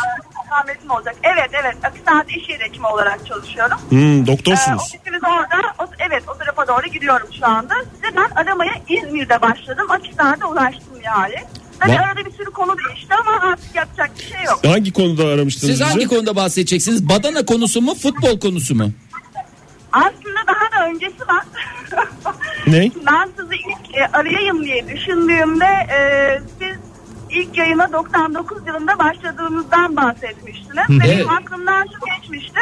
Speaker 7: Ahmetim olacak. Evet evet. Akisar'da iş yeri hekimi olarak çalışıyorum.
Speaker 3: Hmm,
Speaker 7: Ee,
Speaker 3: doktorsunuz.
Speaker 7: ofisimiz orada. O, evet o tarafa doğru gidiyorum şu anda. Size ben aramaya İzmir'de başladım. Akisar'da ulaştım nihayet. Tabii
Speaker 3: Va-
Speaker 7: arada bir sürü konu değişti ama artık yapacak bir şey yok.
Speaker 3: Hangi konuda aramıştınız
Speaker 4: Siz hangi
Speaker 3: bizi?
Speaker 4: konuda bahsedeceksiniz? Badana konusu mu, futbol konusu mu?
Speaker 7: Aslında daha da öncesi var.
Speaker 3: Ne?
Speaker 7: Ben sizi ilk e, arayayım diye düşündüğümde e, siz ilk yayına 99 yılında başladığınızdan bahsetmiştiniz. Ve
Speaker 4: Evet.
Speaker 7: Benim aklımdan şu geçmişti.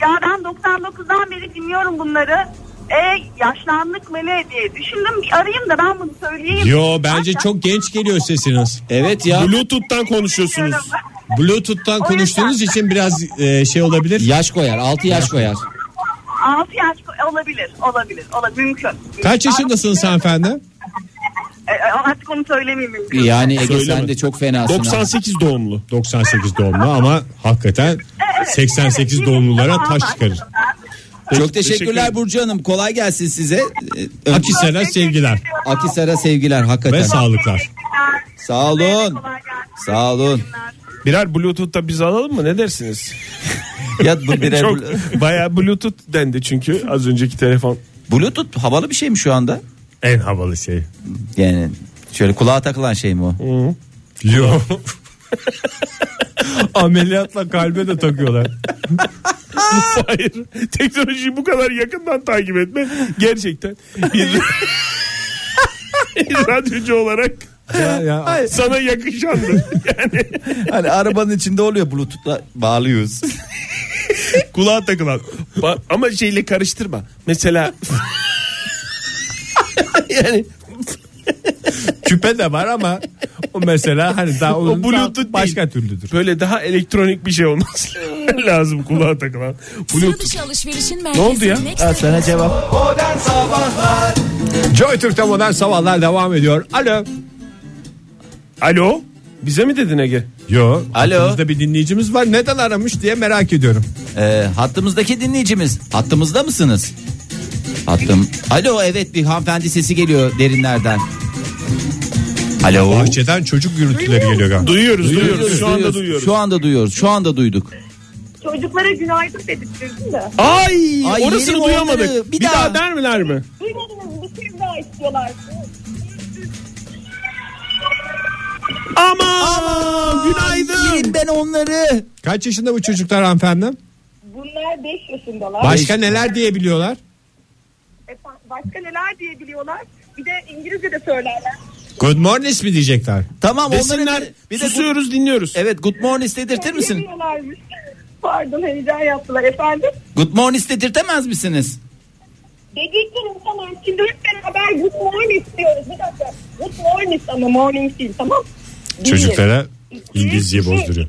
Speaker 7: Ya ben 99'dan beri dinliyorum bunları. E yaşlandık mı ne diye düşündüm. Bir arayayım da ben bunu söyleyeyim.
Speaker 5: Yo bence çok genç geliyor sesiniz.
Speaker 4: Evet ya.
Speaker 3: Bluetooth'tan konuşuyorsunuz.
Speaker 5: Bluetooth'tan
Speaker 7: O
Speaker 5: konuştuğunuz
Speaker 7: yüzden-
Speaker 5: için biraz e, şey olabilir.
Speaker 4: Yaş koyar 6 yaş koyar.
Speaker 7: 6 yaş olabilir, olabilir, olabilir, mümkün.
Speaker 5: Kaç yaşındasınız hanımefendi?
Speaker 7: E, e, artık onu söylemeyeyim mümkün.
Speaker 4: Yani Ege sen
Speaker 5: Söyleme.
Speaker 4: de çok fenasın. ha.
Speaker 5: 98 doğumlu. 98 doğumlu ama hakikaten 88 doğumlulara taş çıkarır.
Speaker 4: Çok teşekkürler Burcu Hanım. Kolay gelsin size. Ee, ön-
Speaker 5: Akisar'a sevgiler
Speaker 4: Akisar'a sevgiler hakikaten.
Speaker 5: ve sağlıklar.
Speaker 4: Sağ olun. Sağ olun.
Speaker 3: Birer Bluetooth'ta biz alalım mı ne dersiniz?
Speaker 4: Ya bu birer
Speaker 3: Çok
Speaker 4: bl-
Speaker 3: bayağı Bluetooth dendi çünkü az önceki telefon.
Speaker 4: Bluetooth havalı bir şey mi şu anda?
Speaker 5: En havalı şey.
Speaker 4: Yani şöyle kulağa takılan şey mi o?
Speaker 5: Yo. Ameliyatla kalbe de takıyorlar.
Speaker 3: Hayır. Teknolojiyi bu kadar yakından takip etme gerçekten bir, bir radyocu olarak sana yakışandı. Yani
Speaker 4: Hani arabanın içinde oluyor Bluetooth'la bağlıyoruz.
Speaker 3: kulağa takılan. Ba- Ama şeyle karıştırma. Mesela yani
Speaker 5: Küpe de var ama o mesela hani daha onun
Speaker 3: Bluetooth
Speaker 5: daha
Speaker 3: değil.
Speaker 5: başka türlüdür.
Speaker 3: böyle daha elektronik bir şey olması lazım kulağa takılan.
Speaker 8: Sıra
Speaker 3: Bluetooth.
Speaker 8: dışı alışverişin
Speaker 3: Ne oldu ya?
Speaker 8: merkezi Next
Speaker 4: Ha, sana cevap.
Speaker 5: Joy Türk'te modern sabahlar devam ediyor. Alo.
Speaker 3: Alo. Bize mi dedin Ege?
Speaker 5: Yo.
Speaker 4: Alo.
Speaker 5: Bizde bir dinleyicimiz var. Neden aramış diye merak ediyorum.
Speaker 4: Ee, hattımızdaki dinleyicimiz. Hattımızda mısınız? Hattım. Alo evet bir hanımefendi sesi geliyor derinlerden. Alo.
Speaker 5: Bahçeden çocuk gürültüleri geliyor galiba.
Speaker 3: Duyuyoruz, duyuyoruz. Şu anda duyuyoruz.
Speaker 4: Şu anda duyuyoruz. Şu anda duyduk.
Speaker 7: Çocuklara günaydın dedirttim de.
Speaker 3: Ay,
Speaker 4: Ay,
Speaker 3: orasını
Speaker 4: yeni
Speaker 3: duyamadık.
Speaker 4: oldu. Bir
Speaker 3: Bir, daha.
Speaker 4: daha.
Speaker 3: dermiler mi?
Speaker 7: Duymadınız mı? Bir kez daha istiyorlar.
Speaker 3: Ama, günaydın.
Speaker 4: Yerim ben onları.
Speaker 5: Kaç yaşında bu çocuklar hanımefendi?
Speaker 7: Bunlar 5 yaşındalar.
Speaker 5: Başka neler diyebiliyorlar?
Speaker 7: Efendim, Başka neler diyebiliyorlar? Bir de İngilizce de söylerler.
Speaker 5: Good morning mi diyecekler?
Speaker 4: Tamam
Speaker 3: Desinler.
Speaker 4: onları bir de good,
Speaker 3: Susuyoruz, dinliyoruz.
Speaker 4: Evet good morning dedirtir misin?
Speaker 7: Diyemiyorlarmış. Pardon heyecan yaptılar efendim.
Speaker 4: Good morning dedirtemez misiniz?
Speaker 7: Dediklerim tamam. Şimdi hep beraber good morning istiyoruz. Bir dakika. Good morning ama morning değil tamam. Bir,
Speaker 5: Çocuklara
Speaker 7: iki,
Speaker 5: İngilizce
Speaker 7: üç.
Speaker 5: bozduruyor.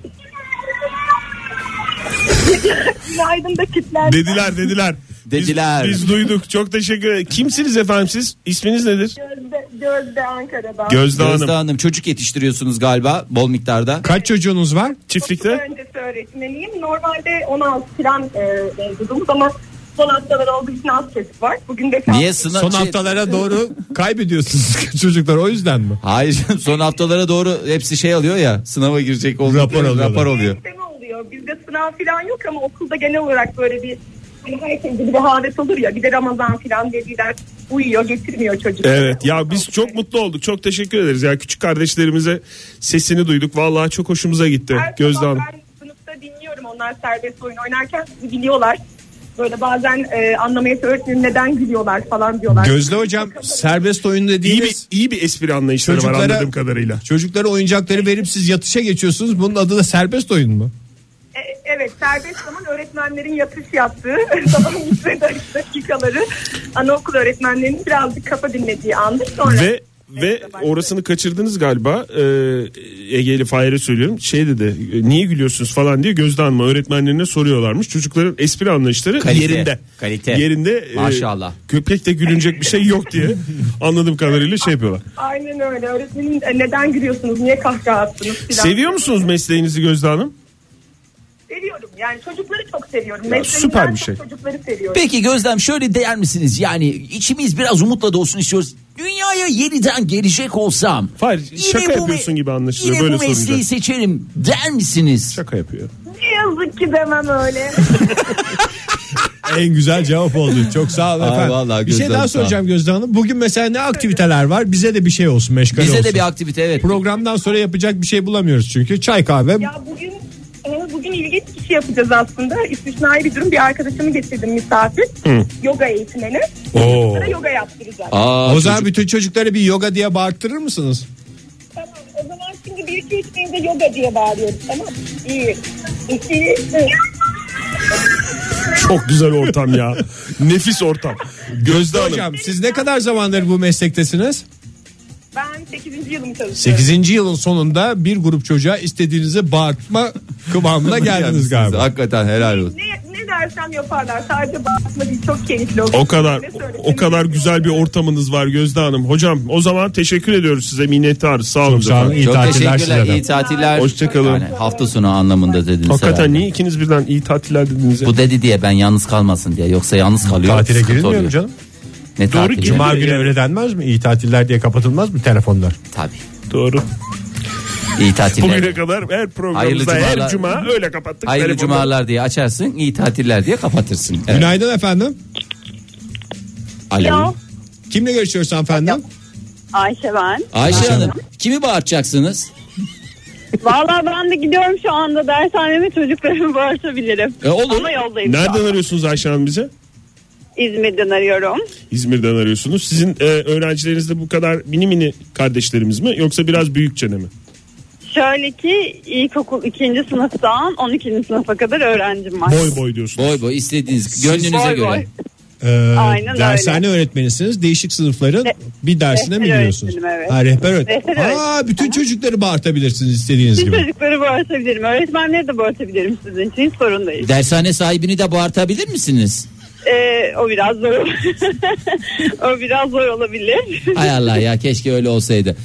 Speaker 7: Günaydın da kitler.
Speaker 3: Dediler dediler.
Speaker 4: Dediler.
Speaker 3: Biz, biz duyduk. Çok teşekkür ederim. Kimsiniz efendim siz? İsminiz nedir?
Speaker 7: Gözde, Gözde Ankara'dan.
Speaker 4: Gözde
Speaker 3: Gözde, Hanım.
Speaker 4: Hanım çocuk yetiştiriyorsunuz galiba bol miktarda.
Speaker 5: Kaç çocuğunuz var?
Speaker 3: Çiftlikte.
Speaker 7: öncesi öğretmeniyim. Normalde 16 falan e, mezunumuz ama son haftalar olduğu için az kesik var. Bugün de
Speaker 4: Niye sınav?
Speaker 5: Son
Speaker 4: şey-
Speaker 5: haftalara doğru kaybediyorsunuz çocuklar o yüzden mi?
Speaker 4: Hayır canım, son haftalara doğru hepsi şey alıyor ya sınava girecek olduğu
Speaker 5: Rapor
Speaker 4: için
Speaker 5: alıyorlar.
Speaker 4: rapor oluyor.
Speaker 7: Sistemi oluyor. Bizde sınav falan yok ama okulda genel olarak böyle bir hani herkeste bir rehavet olur ya. Bir de Ramazan falan dediler. Uyuyor getirmiyor çocukları.
Speaker 3: Evet ya biz çok mutlu olduk. Çok teşekkür ederiz. Ya küçük kardeşlerimize sesini duyduk. Vallahi çok hoşumuza gitti.
Speaker 7: Her
Speaker 3: Gözde
Speaker 7: sabah
Speaker 3: Hanım.
Speaker 7: Ben sınıfta dinliyorum onlar serbest oyun oynarken bizi biliyorlar. Böyle bazen e, anlamaya öğretmenim neden gülüyorlar falan diyorlar.
Speaker 5: Gözde hocam serbest oyun
Speaker 3: İyi
Speaker 5: dediğiniz
Speaker 3: bir iyi bir espri anlayışları var
Speaker 5: Çocuklara-
Speaker 3: anladığım kadarıyla.
Speaker 5: çocuklara oyuncakları verip siz yatışa geçiyorsunuz. Bunun adı da serbest oyun mu?
Speaker 7: E, evet serbest zaman öğretmenlerin yatış yaptığı sabah yüzde dakikaları anaokul öğretmenlerinin birazcık kafa dinlediği andır. Sonra
Speaker 3: Ve ve orasını kaçırdınız galiba. Ee, Ege'li Fahir'e söylüyorum. Şey dedi. Niye gülüyorsunuz falan diye Gözde Hanım'a öğretmenlerine soruyorlarmış. Çocukların espri anlayışları
Speaker 4: Kalite,
Speaker 3: yerinde.
Speaker 4: kalite.
Speaker 3: Yerinde. e,
Speaker 4: Maşallah.
Speaker 3: köpekte gülünecek bir şey yok diye anladığım kadarıyla şey yapıyorlar.
Speaker 7: aynen öyle öğretmenin e, neden gülüyorsunuz niye kahkaha attınız filan.
Speaker 3: Seviyor musunuz mesleğinizi Gözde Hanım?
Speaker 7: Seviyorum yani çocukları çok seviyorum.
Speaker 3: süper bir
Speaker 7: çok
Speaker 3: şey.
Speaker 7: Çocukları seviyorum.
Speaker 4: Peki Gözlem şöyle değer misiniz? Yani içimiz biraz umutla dolsun istiyoruz. Dünyaya yeniden gelecek olsam.
Speaker 3: Fahir,
Speaker 4: yine
Speaker 3: şaka
Speaker 4: bu me-
Speaker 3: yapıyorsun gibi anlaşılıyor
Speaker 4: Yine
Speaker 3: böyle
Speaker 4: bu mesleği
Speaker 3: sorunca.
Speaker 4: seçerim der misiniz?
Speaker 3: Şaka yapıyor.
Speaker 7: Ne yazık ki demem öyle.
Speaker 5: En güzel cevap oldu. Çok sağ olun
Speaker 4: Ay
Speaker 5: efendim.
Speaker 4: vallahi
Speaker 5: bir şey
Speaker 4: Gözde
Speaker 5: daha
Speaker 4: Hanım,
Speaker 5: soracağım Gözde Hanım. Bugün mesela ne aktiviteler var? Bize de bir şey olsun meşgale
Speaker 4: Bize
Speaker 5: olsun.
Speaker 4: de bir aktivite evet.
Speaker 5: Programdan sonra yapacak bir şey bulamıyoruz çünkü. Çay kahve
Speaker 7: Ya bugün e, bugün ilginç bir şey yapacağız aslında. İstisnai bir durum. Bir arkadaşımı getirdim misafir. Yoga eğitmeni.
Speaker 5: Oo.
Speaker 7: Çocuklara yoga yaptıracağız.
Speaker 4: Aa,
Speaker 5: O zaman bütün çocuklara bir yoga diye bağırttırır mısınız?
Speaker 7: Tamam. O zaman şimdi bir iki üç deyince yoga diye bağırıyoruz. Tamam. İyi. İki. üç.
Speaker 3: Çok güzel ortam ya. Nefis ortam. Gözde Hanım.
Speaker 5: Hocam siz ne kadar zamandır bu meslektesiniz?
Speaker 7: Ben 8. yılımı çalışıyorum.
Speaker 5: 8. yılın sonunda bir grup çocuğa istediğinizi bağırtma kıvamına geldiniz galiba.
Speaker 4: Hakikaten helal olsun.
Speaker 7: Ne, ne dersem yaparlar. Sadece bağırtma değil çok keyifli oluyor.
Speaker 3: O kadar
Speaker 7: Ne söylesem
Speaker 3: o kadar
Speaker 7: yapıyorlar.
Speaker 3: güzel bir ortamınız var Gözde Hanım. Hocam o zaman teşekkür ediyoruz size minnettarız. Sağ olun.
Speaker 5: sağ olun.
Speaker 3: efendim.
Speaker 5: İyi
Speaker 4: Çok
Speaker 5: tatiller
Speaker 4: teşekkürler.
Speaker 5: size de.
Speaker 4: iyi tatiller.
Speaker 3: Hoşçakalın.
Speaker 4: hafta sonu anlamında dediniz
Speaker 3: Hakikaten
Speaker 4: herhalde.
Speaker 3: niye ikiniz birden iyi tatiller dediniz? ya?
Speaker 4: Bu dedi diye ben yalnız kalmasın diye. Yoksa yalnız kalıyor.
Speaker 5: Tatile
Speaker 4: sıkıntı
Speaker 5: girilmiyor mu
Speaker 4: oluyor.
Speaker 5: canım?
Speaker 4: Ne
Speaker 3: Doğru
Speaker 4: tatili?
Speaker 3: ki-
Speaker 5: Cuma günü öyle denmez mi? İyi tatiller diye kapatılmaz mı telefonlar?
Speaker 4: Tabii.
Speaker 3: Doğru.
Speaker 4: İyi tatiller.
Speaker 3: Bugüne kadar her
Speaker 4: Hayırlı
Speaker 3: programımızda
Speaker 4: cumalar.
Speaker 3: her cuma öyle kapattık.
Speaker 4: Hayırlı
Speaker 3: Telefonu-
Speaker 4: cumalar diye açarsın, iyi tatiller diye kapatırsın. Evet.
Speaker 5: Günaydın efendim.
Speaker 4: Alo.
Speaker 7: Alo.
Speaker 5: Kimle görüşüyoruz efendim?
Speaker 7: Ayşe ben.
Speaker 4: Ayşe Hanım, kimi bağırtacaksınız?
Speaker 7: Vallahi ben de gidiyorum şu anda dershaneme çocuklarımı bağırtabilirim.
Speaker 4: E, olur.
Speaker 7: Ama yoldayım. şu
Speaker 3: Nereden
Speaker 7: an.
Speaker 3: arıyorsunuz Ayşe Hanım bize?
Speaker 7: İzmir'den arıyorum.
Speaker 3: İzmir'den arıyorsunuz. Sizin e, öğrencileriniz de bu kadar mini mini kardeşlerimiz mi yoksa biraz büyükçene mi?
Speaker 7: Şöyle ki ilkokul 2. sınıftan 12. sınıfa kadar öğrencim var.
Speaker 3: Boy boy diyorsunuz.
Speaker 4: Boy boy istediğiniz gönlünüze
Speaker 7: Boy
Speaker 4: göre.
Speaker 7: boy.
Speaker 5: Ee,
Speaker 7: Aynen
Speaker 5: dershane öğretmenisiniz. Değişik sınıfların bir dersine mi
Speaker 7: rehber
Speaker 5: gidiyorsunuz?
Speaker 7: öğretmenim, evet.
Speaker 5: Ha, rehber öğretmenim.
Speaker 7: Rehber
Speaker 5: Aa, bütün çocukları bağırtabilirsiniz istediğiniz
Speaker 7: Tüm
Speaker 5: gibi.
Speaker 7: çocukları bağırtabilirim. Öğretmenleri de bağırtabilirim sizin için. Hiç sorun değil.
Speaker 4: Dershane sahibini de bağırtabilir misiniz?
Speaker 7: Ee, o biraz zor olabilir. o biraz zor olabilir.
Speaker 4: Hay Allah ya keşke öyle olsaydı.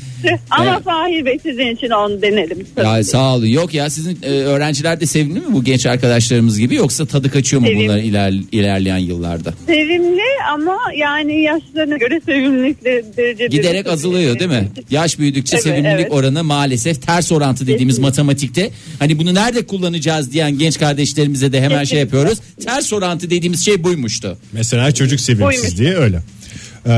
Speaker 7: Ama
Speaker 4: Evet.
Speaker 7: Fahir Bey sizin için onu denerim.
Speaker 4: Ya sağ olun. Yok ya sizin e, öğrenciler de sevimli mi bu genç arkadaşlarımız gibi yoksa tadı kaçıyor mu
Speaker 7: Sevimli.
Speaker 4: bunların iler, ilerleyen yıllarda?
Speaker 7: Sevimli ama yani yaşlarına göre sevimlilikleri derecede.
Speaker 4: Giderek azalıyor değil mi? Yaş büyüdükçe
Speaker 7: Evet,
Speaker 4: sevimlilik
Speaker 7: evet.
Speaker 4: oranı maalesef ters orantı dediğimiz matematikte. Hani bunu nerede kullanacağız diyen genç kardeşlerimize de hemen şey
Speaker 7: Kesinlikle.
Speaker 4: yapıyoruz. Ters orantı dediğimiz şey buymuştu.
Speaker 5: Mesela çocuk sevimsiz
Speaker 7: Buymuş.
Speaker 5: diye öyle. Ee,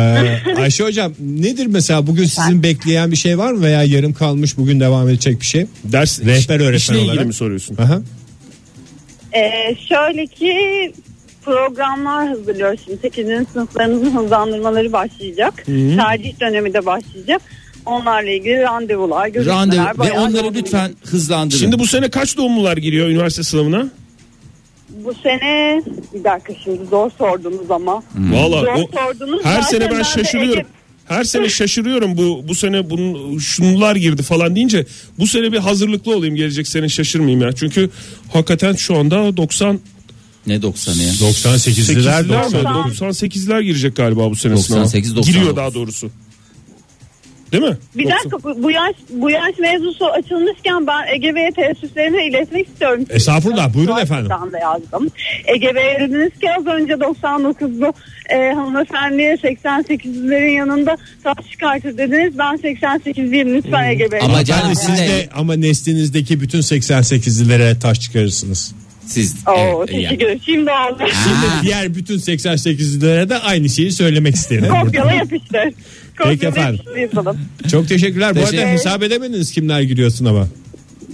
Speaker 5: Ayşe hocam nedir mesela bugün sizin bekleyen bir şey var mı veya yarım kalmış bugün devam edecek bir şey?
Speaker 3: Ders
Speaker 5: Rehber
Speaker 3: iş-
Speaker 5: öğretmen
Speaker 3: işle ilgili
Speaker 5: olarak.
Speaker 3: mi soruyorsun?
Speaker 5: Aha.
Speaker 7: Ee, şöyle ki programlar hazırlıyor şimdi. 8. sınıflarımızın hızlandırmaları başlayacak. Tercih dönemi de başlayacak. Onlarla ilgili randevular, görüşmeler.
Speaker 4: Randevu ve
Speaker 7: bayağı
Speaker 4: onları
Speaker 7: yoğun.
Speaker 4: lütfen hızlandırın.
Speaker 3: Şimdi bu sene kaç doğumlular giriyor üniversite sınavına?
Speaker 7: Bu sene bir dakika şimdi zor sordunuz ama.
Speaker 4: Hmm.
Speaker 3: Vallahi
Speaker 7: Zor
Speaker 3: o-
Speaker 7: sordunuz.
Speaker 3: her
Speaker 7: Zaten
Speaker 3: sene ben
Speaker 7: de
Speaker 3: şaşırıyorum.
Speaker 7: Ecep-
Speaker 3: Her sene şaşırıyorum bu bu sene bunun şunlar girdi falan deyince bu sene bir hazırlıklı olayım gelecek sene şaşırmayayım ya. Çünkü hakikaten şu anda 90
Speaker 4: ne 90'ı ya?
Speaker 5: 98'liler
Speaker 3: 98'ler mi?
Speaker 5: 99.
Speaker 3: 98'ler girecek galiba bu sene
Speaker 4: 98,
Speaker 3: sınava.
Speaker 4: 99.
Speaker 3: Giriyor daha doğrusu. Değil mi?
Speaker 7: Bir dakika bu, bu yaş bu yaş mevzusu açılmışken ben EGV'ye teessüflerimi iletmek istiyorum.
Speaker 3: E,
Speaker 5: Estağfurullah, buyurun efendim.
Speaker 7: Ben de yazdım. EGV'ye dediniz ki az önce 99'lu e, hanımefendiye 88'lerin yanında taş çıkartır dediniz. Ben 88'liyim lütfen EGV'ye.
Speaker 4: Ama canım
Speaker 5: Yani
Speaker 4: siz
Speaker 5: E siz de ama neslinizdeki bütün 88'lilere taş çıkarırsınız.
Speaker 4: Siz
Speaker 7: Oo,
Speaker 4: evet, yani.
Speaker 7: teşekkür ederim. Şimdi oldu.
Speaker 4: Ha,
Speaker 5: Diğer bütün 88'lilere de aynı şeyi söylemek isterim.
Speaker 7: Kopyala yapıştır.
Speaker 5: Peki
Speaker 7: Kopyala
Speaker 5: efendim.
Speaker 7: yapıştır yapalım.
Speaker 5: Çok teşekkürler. Bu arada
Speaker 4: Teşekkür-
Speaker 5: hesap edemediniz kimler giriyorsun ama.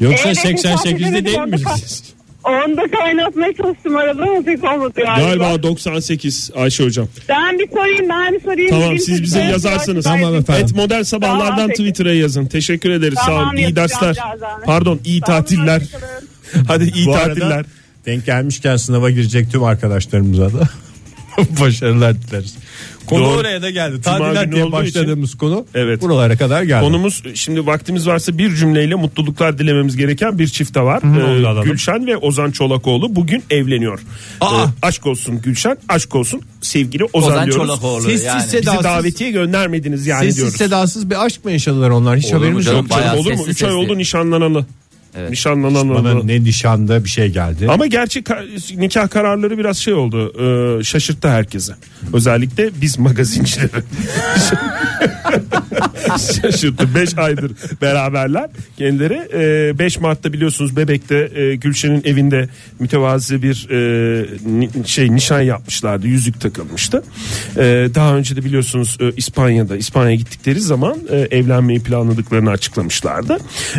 Speaker 5: Yoksa
Speaker 7: Evet,
Speaker 5: 88'li
Speaker 7: hesap
Speaker 5: değil
Speaker 7: edemedim.
Speaker 5: misiniz?
Speaker 7: Onda kaynatmaya çalıştım arada ama pek olmadı galiba.
Speaker 3: Galiba 98 Ayşe hocam.
Speaker 7: Ben bir sorayım ben bir şey sorayım.
Speaker 3: Tamam,
Speaker 7: Bilim
Speaker 3: siz bize
Speaker 7: çocukları-
Speaker 3: yazarsınız.
Speaker 5: Tamam efendim.
Speaker 3: Et model sabahlardan
Speaker 7: Tamam, peki.
Speaker 3: Twitter'a yazın. Teşekkür ederiz.
Speaker 7: Tamam,
Speaker 3: Sağ olun. İyi
Speaker 7: yapacağım
Speaker 3: dersler.
Speaker 7: birazdan.
Speaker 3: Pardon, iyi
Speaker 7: Tamam,
Speaker 3: tatiller.
Speaker 7: hoşçakalın.
Speaker 3: Hadi iyi
Speaker 5: Bu
Speaker 3: tatiller.
Speaker 5: arada denk gelmişken sınava girecek tüm arkadaşlarımıza da başarılar dileriz. Konu
Speaker 3: Doğru.
Speaker 5: oraya da geldi.
Speaker 3: Cuma
Speaker 5: Tadilat
Speaker 3: günü
Speaker 5: diye
Speaker 3: olduğu
Speaker 5: başladığımız konu
Speaker 3: Evet.
Speaker 5: buralara kadar geldi.
Speaker 3: Konumuz şimdi vaktimiz varsa bir cümleyle mutluluklar dilememiz gereken bir çifte var.
Speaker 5: onu da
Speaker 3: Ee,
Speaker 5: alalım.
Speaker 3: Gülşen ve Ozan Çolakoğlu bugün evleniyor.
Speaker 5: Aa!
Speaker 3: Ee, aşk olsun Gülşen, aşk olsun sevgili Ozan,
Speaker 4: Ozan
Speaker 3: diyoruz.
Speaker 4: Çolakoğlu
Speaker 5: Sessiz
Speaker 4: yani.
Speaker 5: sessiz
Speaker 3: Bizi davetiye göndermediniz yani
Speaker 5: Sessiz
Speaker 3: diyoruz.
Speaker 5: sedasız bir aşk mı yaşadılar onlar? Hiç
Speaker 4: Olur mu
Speaker 5: haberimiz
Speaker 4: canım?
Speaker 5: yok.
Speaker 4: Bayağı
Speaker 3: Olur mu?
Speaker 4: sessiz
Speaker 3: 3 ay
Speaker 4: sessiz.
Speaker 3: oldu nişanlanalı.
Speaker 4: Evet.
Speaker 3: Nişanlananalı.
Speaker 5: Bana ne nişanda bir şey geldi.
Speaker 3: Ama gerçi ka- nikah kararları biraz şey oldu. e, şaşırttı herkesi. Özellikle biz magazincileri. şaşırttı. 5 aydır beraberler kendileri. 5 Mart'ta biliyorsunuz Bebek'te e, Gülşen'in evinde mütevazi bir e, ni- şey nişan yapmışlardı. Yüzük takılmıştı. E, daha önce de biliyorsunuz e, İspanya'da İspanya'ya gittikleri zaman e, evlenmeyi planladıklarını açıklamışlardı.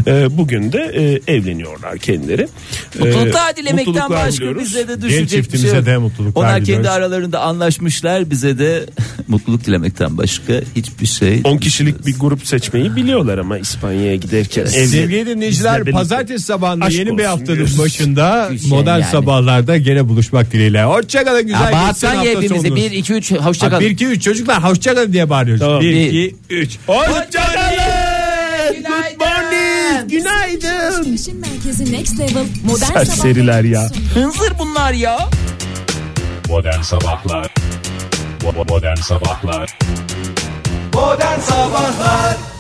Speaker 3: E, bugün de e, evleniyorlar kendileri. E,
Speaker 4: Mutluluklar dilemekten
Speaker 3: mutluluklar
Speaker 4: başka
Speaker 3: diliyoruz.
Speaker 4: bize de
Speaker 5: Ee, Genç
Speaker 4: düşecek bir şey
Speaker 5: çiftimize
Speaker 4: yok.
Speaker 5: de mutluluklar
Speaker 4: Onlar kendi
Speaker 5: diliyoruz.
Speaker 4: aralarında anlaşmışlar bize de mutluluk dilemekten başka hiçbir şey.
Speaker 3: 10 kişilik bir grup seçmeyi biliyorlar ama İspanya'ya giderken.
Speaker 5: Sevgili
Speaker 3: Evli-
Speaker 5: dinleyiciler
Speaker 3: Bizle birlikte.
Speaker 5: pazartesi sabahında
Speaker 3: Aşk
Speaker 5: yeni bir
Speaker 3: olsun
Speaker 5: haftanın
Speaker 3: diyoruz.
Speaker 5: başında
Speaker 4: Bir şey
Speaker 5: modern
Speaker 4: yani.
Speaker 5: sabahlarda gene buluşmak dileğiyle. Hoşçakalın güzel
Speaker 4: Ya
Speaker 5: geçsin
Speaker 4: Bağırsan
Speaker 5: hafta
Speaker 4: hepimizi
Speaker 5: sonunuz.
Speaker 4: 1 2 3 hoşça kalın.
Speaker 5: 1 2 3 çocuklar hoşçakalın diye bağırıyoruz.
Speaker 3: Tamam.
Speaker 5: 1
Speaker 4: Bir.
Speaker 5: 2 3
Speaker 4: Hoşça kalın.
Speaker 8: Bilişim Merkezi Next Level Modern
Speaker 3: Serseriler
Speaker 8: Sabahları
Speaker 3: ya.
Speaker 8: sundu.
Speaker 4: Hınzır bunlar ya.
Speaker 9: Modern Sabahlar Bo- bo- Modern Sabahlar
Speaker 10: Modern Sabahlar